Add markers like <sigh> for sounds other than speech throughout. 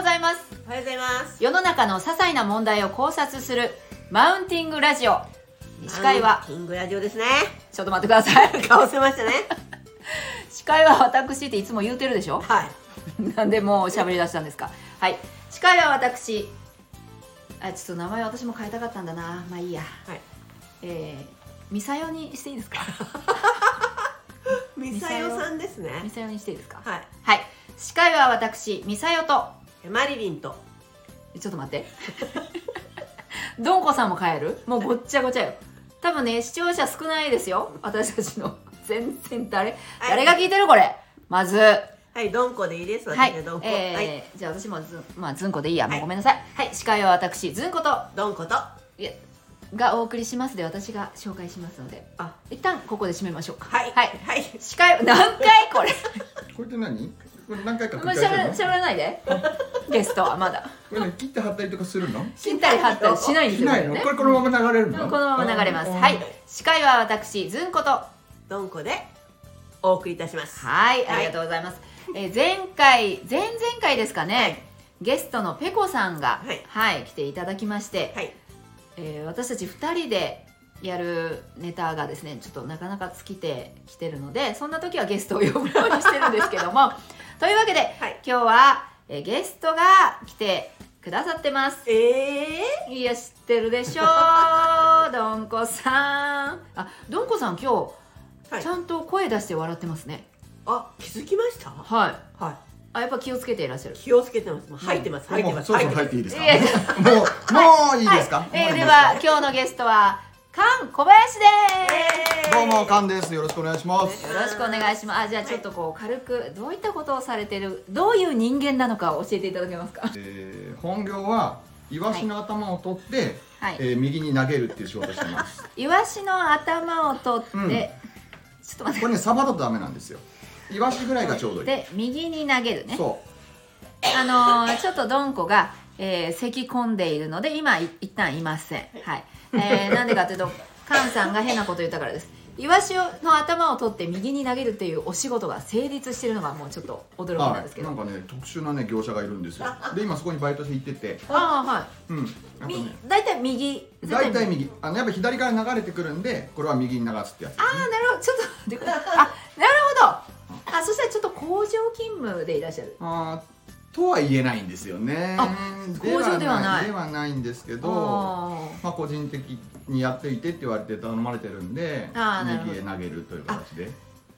ございます世の中の些細な問題を考察するマウンティングラジオ司会あはのキングラジオですね <laughs> ちょっと待ってください <laughs> 顔せましたね司会は私っていつも言うてるでしょ <laughs> はいなんでもう喋り出したんですかはい司会は私あちょっと名前私も変えたかったんだなまあいいやはいえー、ミサヨにしていいですかミサヨさんですねミサヨにしていいですかははい司会は私ミサヨといマリリンとちょっと待って。 <laughs> どんこさんも帰るもうごっちゃごちゃよ。多分ね、視聴者少ないですよ。私たちの。全然誰、誰が聞いてるこれ。まず。ははいドンコでいいですい私はドン。コ、はいえー、じゃあ私もずん、まあ、ずんこでいいや。もはういごめんなさい。はい、司会は私、ずんこと、ドンコとあいやがお送りしますで、私が紹介しますので。は一旦ここで締めましょうか。いはい。はい司会、何回これ。これって何これ何回か繰もうりしゃべ返ら、しせゃるべらのないで。ゲストはまだ。これね切って貼ったりとかするの切ったり貼ったりしないんですしよ。ないのねこれこのまま流れるのこのまま流れます。うんはい。司会は私、ずんこと。はドンコでお送りいたしますい、ありがとうございます。えー前回、前々回ですかね、ゲストのペコさんが、はいはい、来ていただきまして、はいえー私たち2人でやるネタがですね、ちょっとなかなか尽きてきてるので、そんな時はゲストを呼ぶようにしてるんですけど <laughs> も、というわけで、はい今日は、えーゲストが来てくださってます。ええいや知ってるでしょ <laughs> うどんこさんあどんこさん今日、はいちゃんと声出して笑ってますねあ気づきましたはいはあやっぱ気をつけていらっしゃるい気をつけてますもう吐いてます吐いてもまうすそろそろて入っますていいですかいやいやもうもういいですかはえーもういでいすかは今日のゲストは菅小林でえーどうもカンですよろしくお願いしますすよろしくお願いしますあじゃあちょっとこう軽くどういったことをされてるどういう人間なのかを教えていただけますかえー本業はイワシの頭を取ってはいえー右に投げるっていう仕事をしてますイワシの頭を取って、うんちょっと <laughs> 待っこれねサバだとダメなんですよイワシぐらいがちょうどいていで右に投げるねそうあのーちょっとどんこが、えー、咳込んでいるので今い一旦いませんはい、えーなんでかとい <laughs> うとカンさんが変なこと言ったからですイワシの頭を取って右に投げるっていうお仕事が成立してるのがもうちょっと驚きなんですはけい、ど、なんかね特殊なね業者がいるんですよで今そこにバイトして行っててああはうんあといみね大体右絶大体右あのやっぱ左から流れてくるんでこれは右に流すってやつですねああなるほどちょっと待ってくださいあなるほどあそしたらちょっと工場勤務でいらっしゃるあーとは言えないんですよねあ工場ではないではないんですけどあーまあ個人的にやっていてって言われて頼まれてるんであーなるほど右へ投げるという形で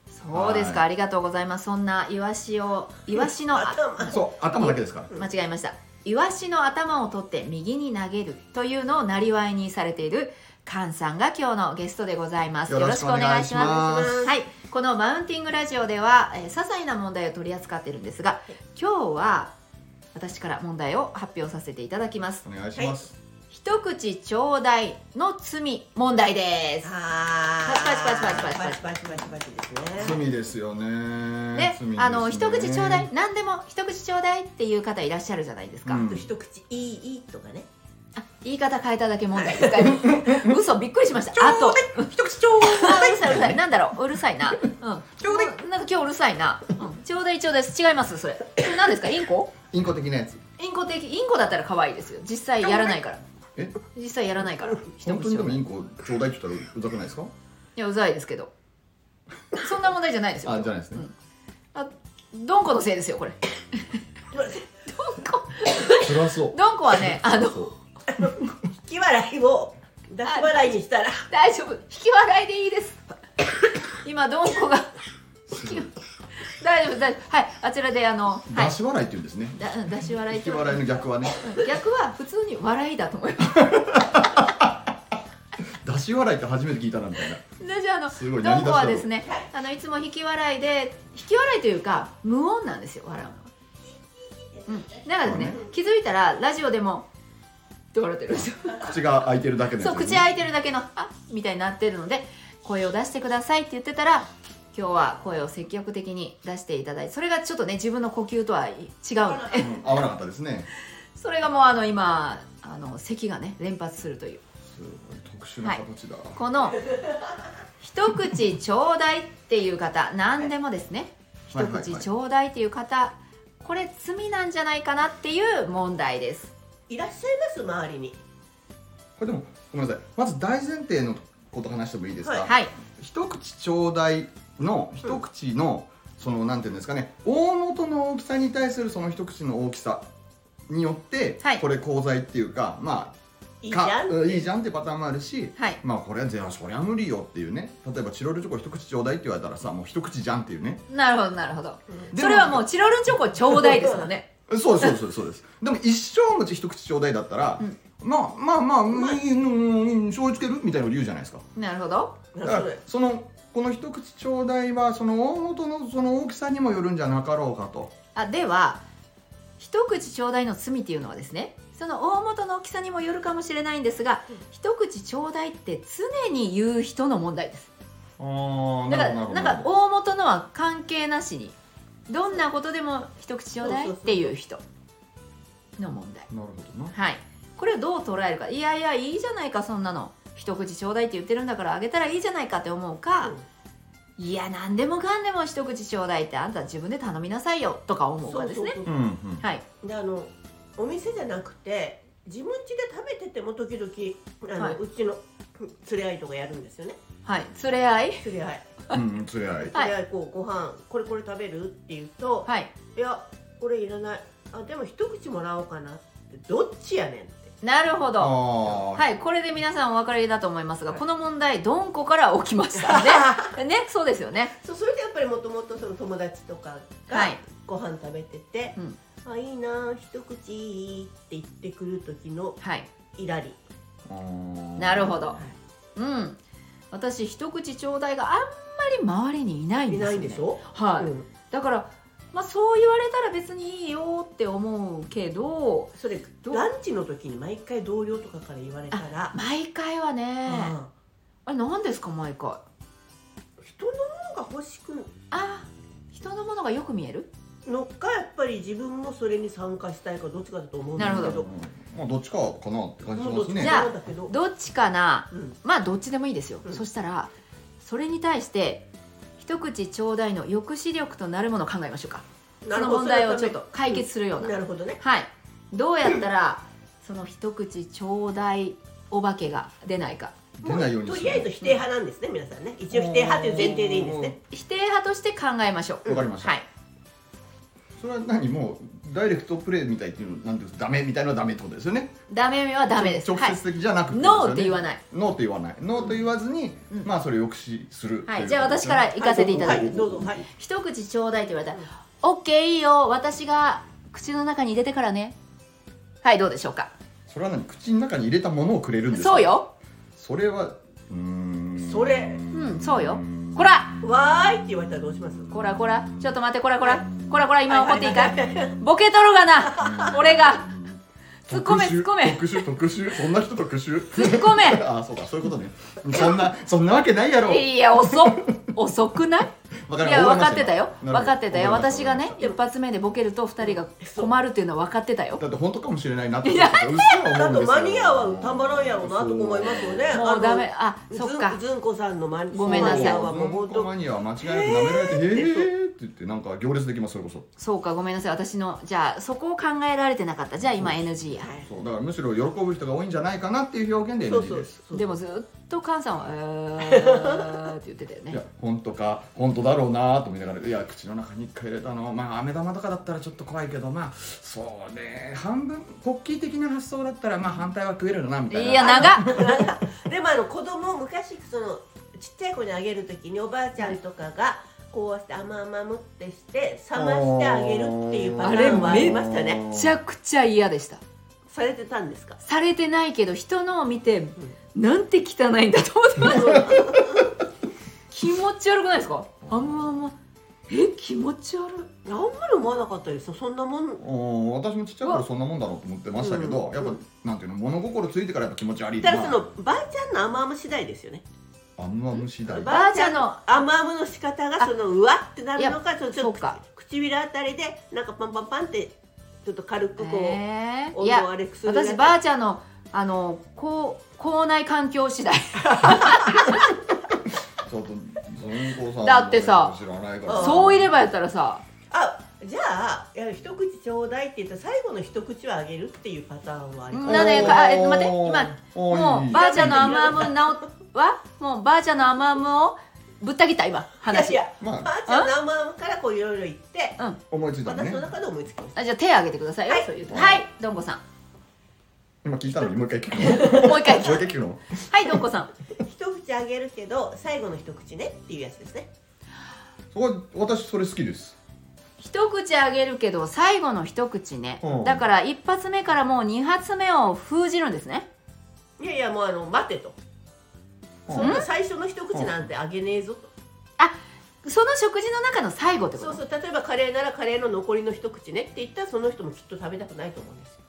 そうですかはありがとうございますそんなイワシをイワシのあ頭そう頭だけですから間違えましたイワシの頭を取って右に投げるというのをなりわいにされているカンさんが今日のゲストでございますよよろろししくくおお願願いいししまますすはいこのマウンティングラジオでは、えー、些細な問題を取り扱ってるんですが今日は私から問題を発表させていただきますお願いします、一口ちょうだいの罪問題ですあパチパチパチパチパチパチパチパチですね罪ですよねね罪ですねあの一口ちょうだい何でも一口ちょうだいっていう方いらっしゃるじゃないですか、うん一口いいいいとかねあ言い方変えただけ問題ですか <laughs> 今嘘びっくりしましたあとと一口ちょうあだういるさいうるさいなんだろううるさいな、うん、ちょうだいもなんか今日うるさいな、うん、ちょうだいちょうだい違いますそれそれ何ですかインコインコ的なやつインコ的インコだったら可愛いですよ実際やらないからえ実際やらないから一本当口ちにょうでもだイいいンコちょうだいって言ったらうざくないですかやうざいですけどそんな問題じゃないですよあじゃないですね、うんあどんこのせいですよこれどんこ辛そうどんこは <laughs> ねあのそう引き笑いを出し笑いにしたら大丈夫引き笑いでいいです今どんこが大丈夫大丈夫はいあちらであのはい出し笑いって言うんですね、だうん出し笑い引きと笑いの逆はねうん逆は普通に笑いだと思います出し笑いって初めて聞いたなみたいな私あのすごいどんこは何出したのですねあのいつも引き笑いで引き笑いというか無音なんですよ笑うのはうんだからですねそう気づいたらラジオでもって笑ってるん <laughs> ですよ口が開いてるだけのやそうつです口ね開いてるだけの「あみたいになってるので声を出してくださいって言ってたら今日は声を積極的に出していただいてそれがちょっとね自分の呼吸とはい違うの <laughs> でうん合わなかったですねそれがもうあの今あの咳がね連発するというすごい特殊な形だ、この一口ちょうだいっていう方何でもですね、はいはいはい一口ちょうだいっていう方これ罪なんじゃないかなっていう問題ですいらっしゃいます周りにこれでもごめんなさいまず大前提のこと話してもいいですか、はいはい一口ちょうだいの一口の、そのなんていうんですかね大元の大きさに対するその一口の大きさによって、はいこれ功罪っていうかまあいいじゃんかいいじゃんってパターンもあるし、はいまあこれは全然そりゃ無理よっていうね例えばチロルチョコ一口ちょうだいって言われたらさもう一口じゃんっていうねなるほどなるほどうんでそれはもうチロルチョコちょうだいですもんねそうですそうですそうですでも一生餅一口ちょうだいだったら、うんまあまあまあ、まあいいうんうん醤油つけるみたいなこと言うじゃないですかなるほどなだるかほらどそのこの一口ちょうだいはその大元のその大きさにもよるんじゃなかろうかとあでは一口ちょうだいの罪っていうのはですねその大元の大きさにもよるかもしれないんですが、うん一口ちょうだいって常に言う人の問題ですああだからなんか大元のは関係なしにどんなことでも一口ちょうだいっていう人の問題なるほどなはいこれをどう捉えるかいやいやいいじゃないかそんなの一口ちょうだいって言ってるんだからあげたらいいじゃないかって思うか、いや何でもかんでも一口ちょうだいってあんた自分で頼みなさいよとか思うかですねそうそううそんうんはいうんであのお店じゃなくて自分家で食べてても時々あの、はいうちの連れ合いとかやるんですよねはい連れ合い連れ合いうんつらい連れ合いこうご飯これこれ食べるって言うと、はいい、やこれいらないあでも一口もらおうかなってどっちやねんってなるほどああはいこれで皆さんお分かりだと思いますが、はいこの問題どんこから起きました <laughs> ねねそうですよねそうそれでやっぱりもともとその友達とかはがいご飯食べててうん「あいいな一口いい」って言ってくる時のはいイラリなるほどどうん私一口ちょうだいがあんまり周りにいないんでいすなよ、ね、いんでしょ、はい、うんだからまあそう言われたら別にいいよって思うけどそれどうランチの時に毎回同僚とかから言われたら毎回はねああれ何ですか毎回人のものが欲しくあ人のものがよく見えるのかやっぱり自分もそれに参加したいかどっちかだと思うんですけなるどまあどっちかかなって感じしもまうどっすちもねじゃあだけど、どっちかなうん、まあどっちでもいいですよ、うんそしたらそれに対して一口ちょうだいの抑止力となるものを考えましょうかその問題をちょっと解決するような、なるほどねはいどうやったらその一口ちょうだいお化けが出ないか出ないようにもすとるりあえず否定派なんですね、皆さんね一応否定派という前提でいいんですね否定派として考えましょうわかりましたはい、それは何もうダイレクトプレイみたいっていうのなんていうんですかダメみたいなのはダメってことですよねダメはダメです直はい接的じゃなくてノーって言わないノーって言わないノーと言わずに、うんまあそれを抑止するはいとうことですねじゃあ私から行かせていただきますはいどうぞはい一口ちょうだいって言われたら「オッケーいいよ私が口の中に入れてからね」はいどうでしょうかそれは何口の中に入れたものをくれるんですかそうよそれはうーんそれうんそうよこらわーいって言われたらどうしますこらこらちょっと待ってこらこらこらこら今怒っていいかボケとるがな俺が突っ込め突っ込め特集特集そんな人特集突っ込め <laughs> ああそうかそういうことねそんなそんなわけないやろいや遅っ遅くないわいかりまやわ分りかましったてたよな分るほどかってたよわかりまし私がね一発目でボケると2人が困るっていうのは分かってたよだって本当かもしれないなって思ってうっすらだ思うとんですよマニアはたまらんやろうなと思いますよねもうダメああのそっかずんずんこさんのマニごめんなさいマニアはもうもう本本当当マニアは間違いなく舐められて「へえ」って言ってなんか行列できますそれこそそうかごめんなさい私のじゃあそこを考えられてなかったじゃあ今 NG やはいそうだからむしろ喜ぶ人が多いんじゃないかなっていう表現でそうそ NG でうすそうでもずっと菅さんは「えー」っ <laughs> て言ってたよいやね本当か本当だろうなと思いながらいや口の中に一回入れたのまあ飴玉とかだったらちょっと怖いけどまあそうね半分ポッキー的な発想だったらまあ反対は食えるなみいたいなや長っでもあの子供昔そのちっちゃい子にあげるときにおばあちゃんとかがこうして甘々むってして冷ましてあげるっていうパターンもありましたねめちゃくちゃ嫌でしたされてたんですかされてないけど人のを見てなんて汚いんだと思ってました <laughs> 気持ち悪くないですかあんまあんまえ気持ち悪いあんまり思わなかったですよそんなもんうん私もちっちゃい頃そんなもんだろうと思ってましたけど、うんやっぱなんていうの物心ついてからやっぱ気持ち悪いだからまそあのばあちゃんの甘々次第ですよねあんま無視だよばあちゃんの甘々の仕方がそのうわってなるのかそのちょそっうとか唇あたりでなんかパンパンパンってちょっと軽くこう、えーい温度をやあれくする私ばあちゃんのあのこう校内環境次第ちょっと、ずんこさんのだってさ知らないから。そういればやったらさあじゃあいや一口ちょうだいって言ったら最後の一口はあげるっていうパターンはありますうんなのでかえ待って今おーもいういばあちゃんの甘々なおはもうばあちゃんの甘々をぶった切った今話いやいやまあばあちゃんの甘々からこういろいろ言ってうん思いついたの私ねの中で思いつきましあじゃあ手挙げてくださいよ、はいそういうはいどんこさん今聞いたのにもう一回聞くのもう一 <laughs> 回もう一回聞くのはいどんこさんた一口あげるけど最後の一口ねっていうやつですねそこ私それ好きです一口あげるけど最後の一口ね、うんだから一発目からもう二発目を封じるんですねいやいやもうあの待てとうんそんな最初の一口なんてあげねえぞとその食事の中の最後ってこそとうそう例えばカレーならカレーの残りの一口ねって言ったらその人もきっと食べたくないと思うんですよ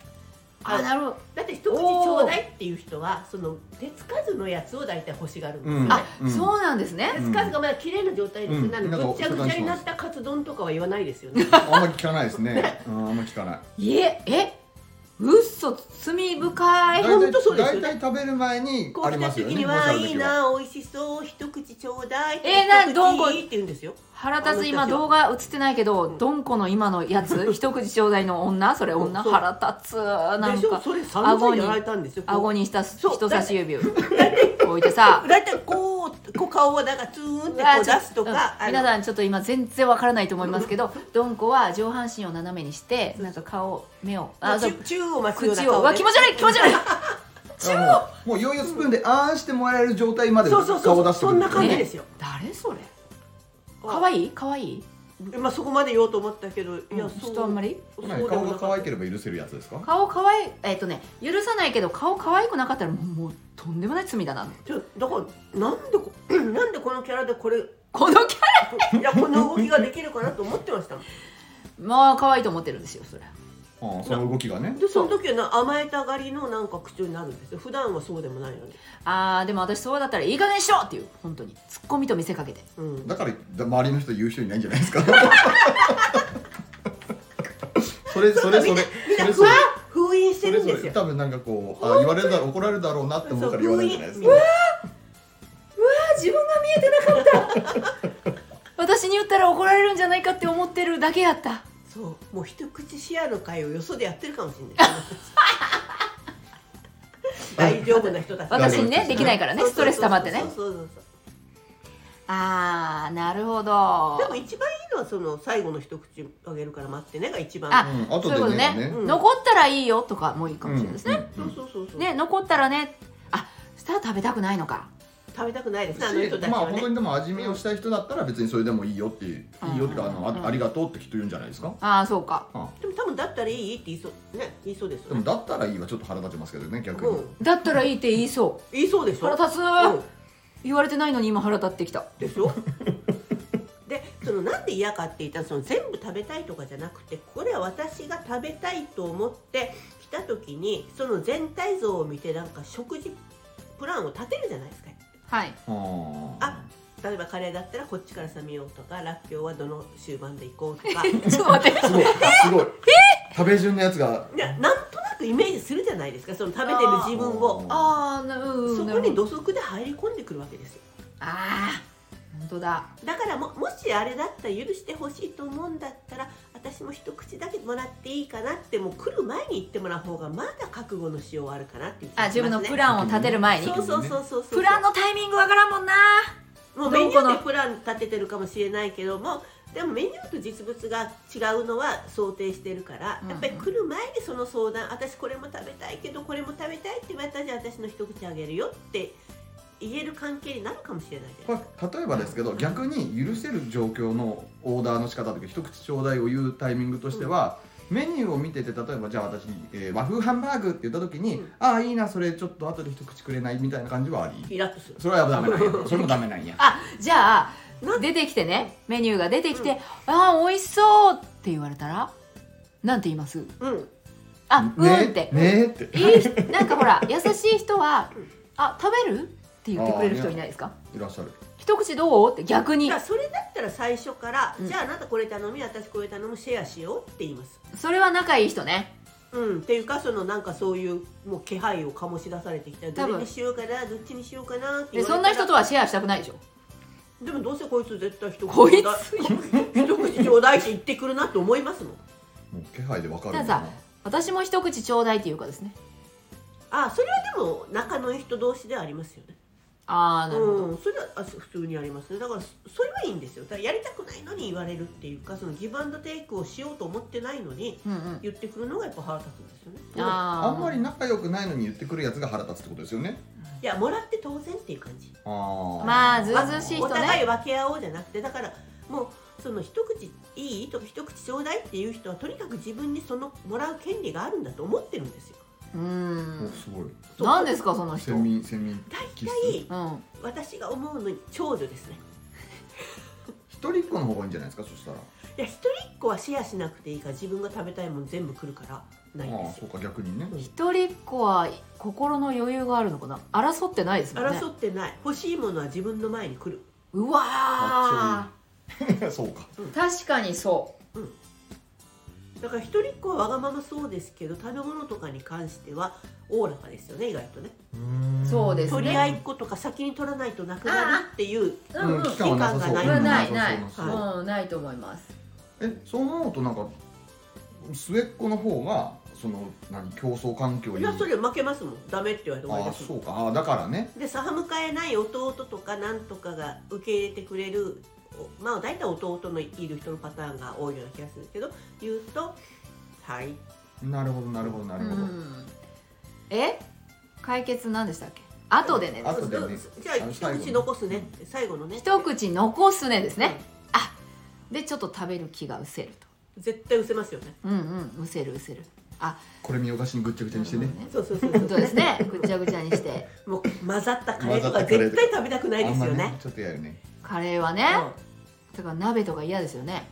あなるほどだって一口ちょうだいっていう人はその手つかずのやつを大体欲しがるんですよね、うんあ、んそうなんですね手つかずがまだ綺麗な状態です、うんなのでうんぐっちゃぐちゃになったカツ丼とかは言わないですよねあんまり聞かないです <laughs> ねうんあんまり聞かないいええうっそ罪深いえほんとそうですよね大体食べる前にこあうり来またすよ時ねにもしはある時いいな美味しそう一口ちょうだいってえーなんどんこいいって言うんですよ原田さん今動画映ってないけどどんこの今のや <laughs> つ一口ちょうだいの女それ女そう腹立つなでんしょかそれ散々やられたんですよ顎にしたそう人差し指を置いてさだいたいこうこう顔をだからツーンってこう出すとかうんあの皆さんちょっと今全然わからないと思いますけ <laughs> どどんこは上半身を斜めにしてなんか顔目をあそう中中をまくような口顔をねうわ気持ち悪い気持ち <laughs> 悪いはあもうもういよいよスプーンであーしてもらえる状態までそうそうそう顔を出してくるそんな感じですよ誰それ可愛い可愛いまあそこまで言おうと思ったけどいやうんそう人あんまりそうで何も顔がな可かっ愛ければ許せるやつですか顔可愛いえっ、とね許さないけど顔可愛くなかったらもうもうとんでもない罪だなたちょだからなんでこなんでこのキャラでこれいこのキャラやこの動きができるかなと思ってましたもんまあ可愛いと思ってるんですよそれうんその動きがねでその時はな甘えたがりのなんか口調になるんですよ普段はそうでもないのに、あーでも私そうだったらいい加減にしろっていう本当にツッコミと見せかけてうん、だからだ周りの人言う人いないんじゃないですか <laughs> それそれそれそれそれ封印してるそれんそですれよ多分なんかこうあ言われるだろう怒られるだろうなって思うから言わないじゃないですかそうあ自分が見えてなかった <laughs> 私に言ったら怒られるんじゃないかって思ってるだけやったそうもう一口シェアの会をよそでやってるかもしれない大丈夫な人たち私にね大丈夫ですできないからねストレス溜まってねそうそうそうそうあーなるほどでも一番いいのはその最後の一口あげるから待ってねが一番あうん後そういでうことねねねうん残ったらいいよとかもいいかもしれないですね、うそんうそうそうそう、ね残ったらねあしたら食べたくないのか食べたくないですねあの人したまちあは本ね当にでも味見をしたい人だったら別にそれでもいいよっていう、いいよっていうかあのあありがとうってきっと言うんじゃないですか、ああそうかでも多分だったらいいって言いそうね言いそうですでよもねだったらいいはちょっと腹立ちますけどね逆に、うんだったらいいって言いそ言いそうでしうょ腹立つ、うん言われてないのに今腹立ってきたでしょ <laughs> でそのなんで嫌かって言ったらその全部食べたいとかじゃなくてこれは私が食べたいと思って来た時にその全体像を見てなんか食事プランを立てるじゃないですかはいうんあ例えばカレーだったらこっちからさみようとからっきょうはどの終盤で行こう <laughs> と <laughs> かちょっと待ってすごいすごい食べ順のやつがいやなんとなくイメージするじゃないですかその食べてる自分をああなうんそこに土足で入り込んでくるわけですよああ本当だだからももしあれだったら許してほしいと思うんだったら私も一口だけもらっていいかなってもう来る前に言ってもらう方がまだ覚悟のしようはあるかなっていう気があします自ね分のプランを立てる前にそうそうそうそうそうプランのタイミングわからんもんなもうメニューでプラン立ててるかもしれないけどもでもメニューと実物が違うのは想定してるから、うんやっぱり来る前にその相談私これも食べたいけどこれも食べたいって言われたらじゃあ私の一口あげるよって言える関係になるかもしれないじゃないですかこれ例えばですけど逆に許せる状況のオーダーの仕方というか一口ちょうだいを言うタイミングとしては、メニューを見てて例えばじゃあ私、えー和風ハンバーグって言った時に、うんああいいなそれちょっと後で一口くれないみたいな感じはありイラッとするそれはダメなんやそれもダメなんやあじゃあ出てきてねメニューが出てきて、ああ美味しそうって言われたらなんて言いますうん <laughs> あ、うんって、ねねっていい人なんかほら優しい人は「あ食べる?」って言ってくれる人いないですかいらっしゃる一口どうって逆にだからそれだったら最初から、うんじゃああなたこれ頼み私これ頼むシェアしようって言いますそれは仲いい人ねうんっていうかそのなんかそういうもう気配を醸し出されてきたら多分どれにしようかなどっちにしようかなってで言わそんれたなら人とはシェアしたくないでしょでもどうせこいつ絶対一口こいちょうだつ一口ちょうだいって言ってくるなって思いますもんもう気配でわかるたださ私も一口ちょうだいっていうかですねあそれはでも仲のいい人同士ではありますよねああなるほど、うん、それはあ普通にありますねだからそそれはいいんですよただやりたくないのに言われるっていうかそのギブアンドテイクをしようと思ってないのにうんうん、言ってくるのがやっぱ腹立つんですよねあーあんまり仲良くないのに言ってくるやつが腹立つってことですよねいやもらって当然っていう感じああまあずうずうしい人おね互い分け合おうじゃなくてだからもうその一口いいとか一口ちょうだいっていう人はとにかく自分にそのもらう権利があるんだと思ってるんですようおんすごいそう何ですかその人先民先民大気体うん私が思うのに長女ですね一人っ子の方がいいんじゃないですかそしたらいや一人っ子はシェアしなくていいから自分が食べたいもん全部来るからないんああですそようか逆にね一人っ子は心の余裕があるのかな争ってないですもんね争ってない欲しいものは自分の前に来るうあわ <laughs> そうかー確かにそうだから一人っ子はわがままそうですけど食べ物とかに関してはおおらかですよね意外とねそうですね取り合いっ子とか先に取らないとなくなるっていうううんうんん期間はなさそう期が間ないうんないそうそうそううんないと思いますえそう思うとなんか末っ子の方がその何競争環境いにやそれ負けますもんダメって言われて終わりああですそもんうかああだからねでさ歯向かえない弟とかなんとかが受け入れてくれるおまあ大体弟のいる人のパターンが多いような気がするけど言うと「はいなるほどなるほどなうるほど、んえ解決何でしたっけ後でねあとでねじゃあ一口残すね」って最後のね一口残すねですねあでちょっと食べる気がうせると絶対うせますよねうんうんうせるうせるあこれ見よがしにぐっちゃぐちゃにしてねそうそうそう本当です <laughs> ねぐちゃぐちゃにしてもう混ざったカレーとか絶対食べたくないあでんすまよねね。ちょっとやるねカレーはねだから鍋とか嫌ですよね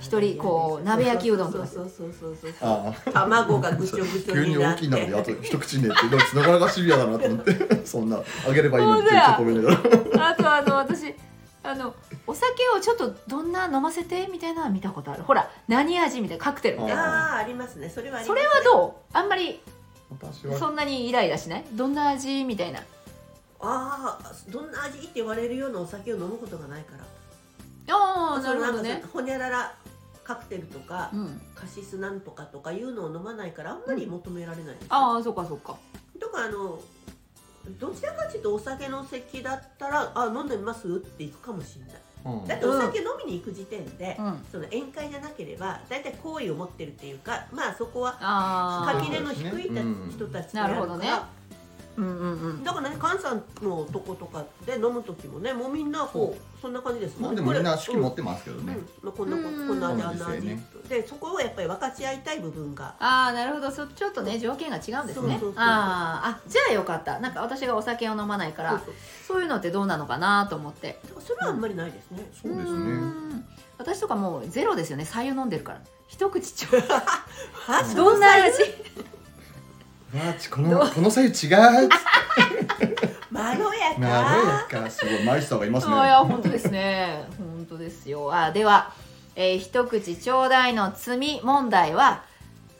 一人こうまあ鍋焼きうどんとそうかそうそうそうそうそう。ああ卵がぐちょぐちょ急ににな大っきて。い鍋であと一口ねってなかなかシビアだなと思ってそんなあげればいいのにそうちだょよっと止めながらあとあの私あのお酒をちょっとどんな飲ませてみたいなのは見たことあるほら何味みたいなカクテルみたいなああありますね。それはありそますれはどうあんまり私はそんなにイライラしないどんな味みたいなああどんな味って言われるようなお酒を飲むことがないから。ああそなるほどのなんかねさほにゃららカクテルとかうんカシスなんとかとかいうのを飲まないからあんまり求められないですね。ああそうかそうかとかあのどちらかというとお酒の席だったら「あ飲んでみます?」って行くかもしれない。うんだってお酒飲みに行く時点で、うんあその宴会じゃなければ大体好意を持ってるっていうかまあそこはあ垣根の低いた人たちとなやるるほからどねうんうんうんだからね菅さんのとことかで飲む時もねもうみんなこうそんな感じですまもあんでねもみんなこ手れ記持ってますけどうんね、まあこんなこうんこんな味あんなそうなん味、ですでそこをやっぱり分かち合いたい部分がああなるほどそちょっとね条件が違うんですねそうそうそうそうあああじゃあよかったなんか私がお酒を飲まないかそうらそうそういうのってどうなのかなと思ってだからそれはあんまりないですね、そうですーねん私とかもうゼロですよね白湯飲んでるから一口ちょう <laughs> だはいうどんな味わあちこのこの左右 <laughs> 違うまろやかまろやかす <laughs> ごいマイスターがいますねいや本当ですね本当ですよあでは、えー一口ちょうだいの罪問題は、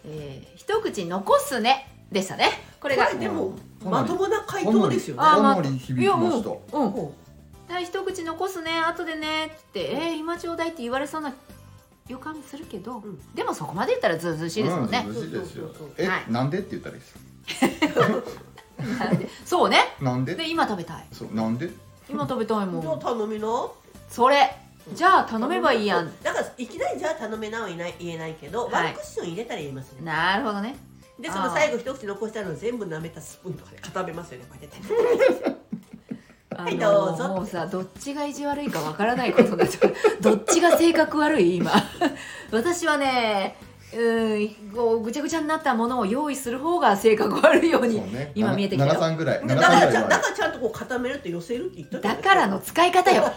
えー一口残すねでしたねこれがこれでもうんまともな回答ですよねあかまあなり響きましたうんうんだから一口残すね後でねって言ってえー今ちょうだいって言われそうな予感するけど、うんでもそこまで言ったらずうずうしいですもんね、うんずうずうしいですよそうそうそうえ、はいなんでって言ったらいいですなんでそうねなんでで今食べたいそうなんで今食べたいじゃ <laughs> もあん頼みなそれじゃあ頼めばいいやんだからいきなりじゃあ頼めなはいない言えないけど、はいワンクッション入れたら言えますねなるほどねであーその最後一口残したのを全部舐めたスプーンとかで固めますよねこうやってあはいのどうぞもうさどっちが意地悪いかわからないことになっちゃう <laughs> どっちが性格悪い今 <laughs> 私はねうんこうぐちゃぐちゃになったものを用意する方が性格悪いようにそうね今見えてきたよ7 3ぐらい7 3ぐだかららちいゃんだはからちゃんとこう固めるって寄せるって言っただじゃないですからの使い方 <laughs> よ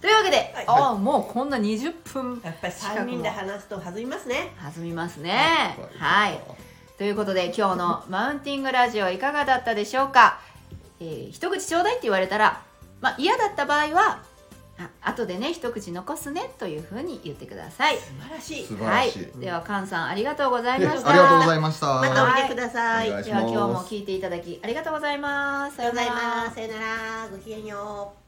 というわけで、はいああもうこんな20分やっぱり3人で話すと弾みますね弾みますねはいということで今日 <laughs> のマウンティングラジオいかがだったでしょうか、えー一口ちょうだいって言われたら、まあ、嫌だった場合はあ後でね一口残すねというふうに言ってください素晴らしい素晴らしい、はい、では菅さんありがとうございえましたありがとうございましたまたおいでくださいお願いしますでは今日も聞いていただきありがとうございますありがとうございますさよならごきげんよう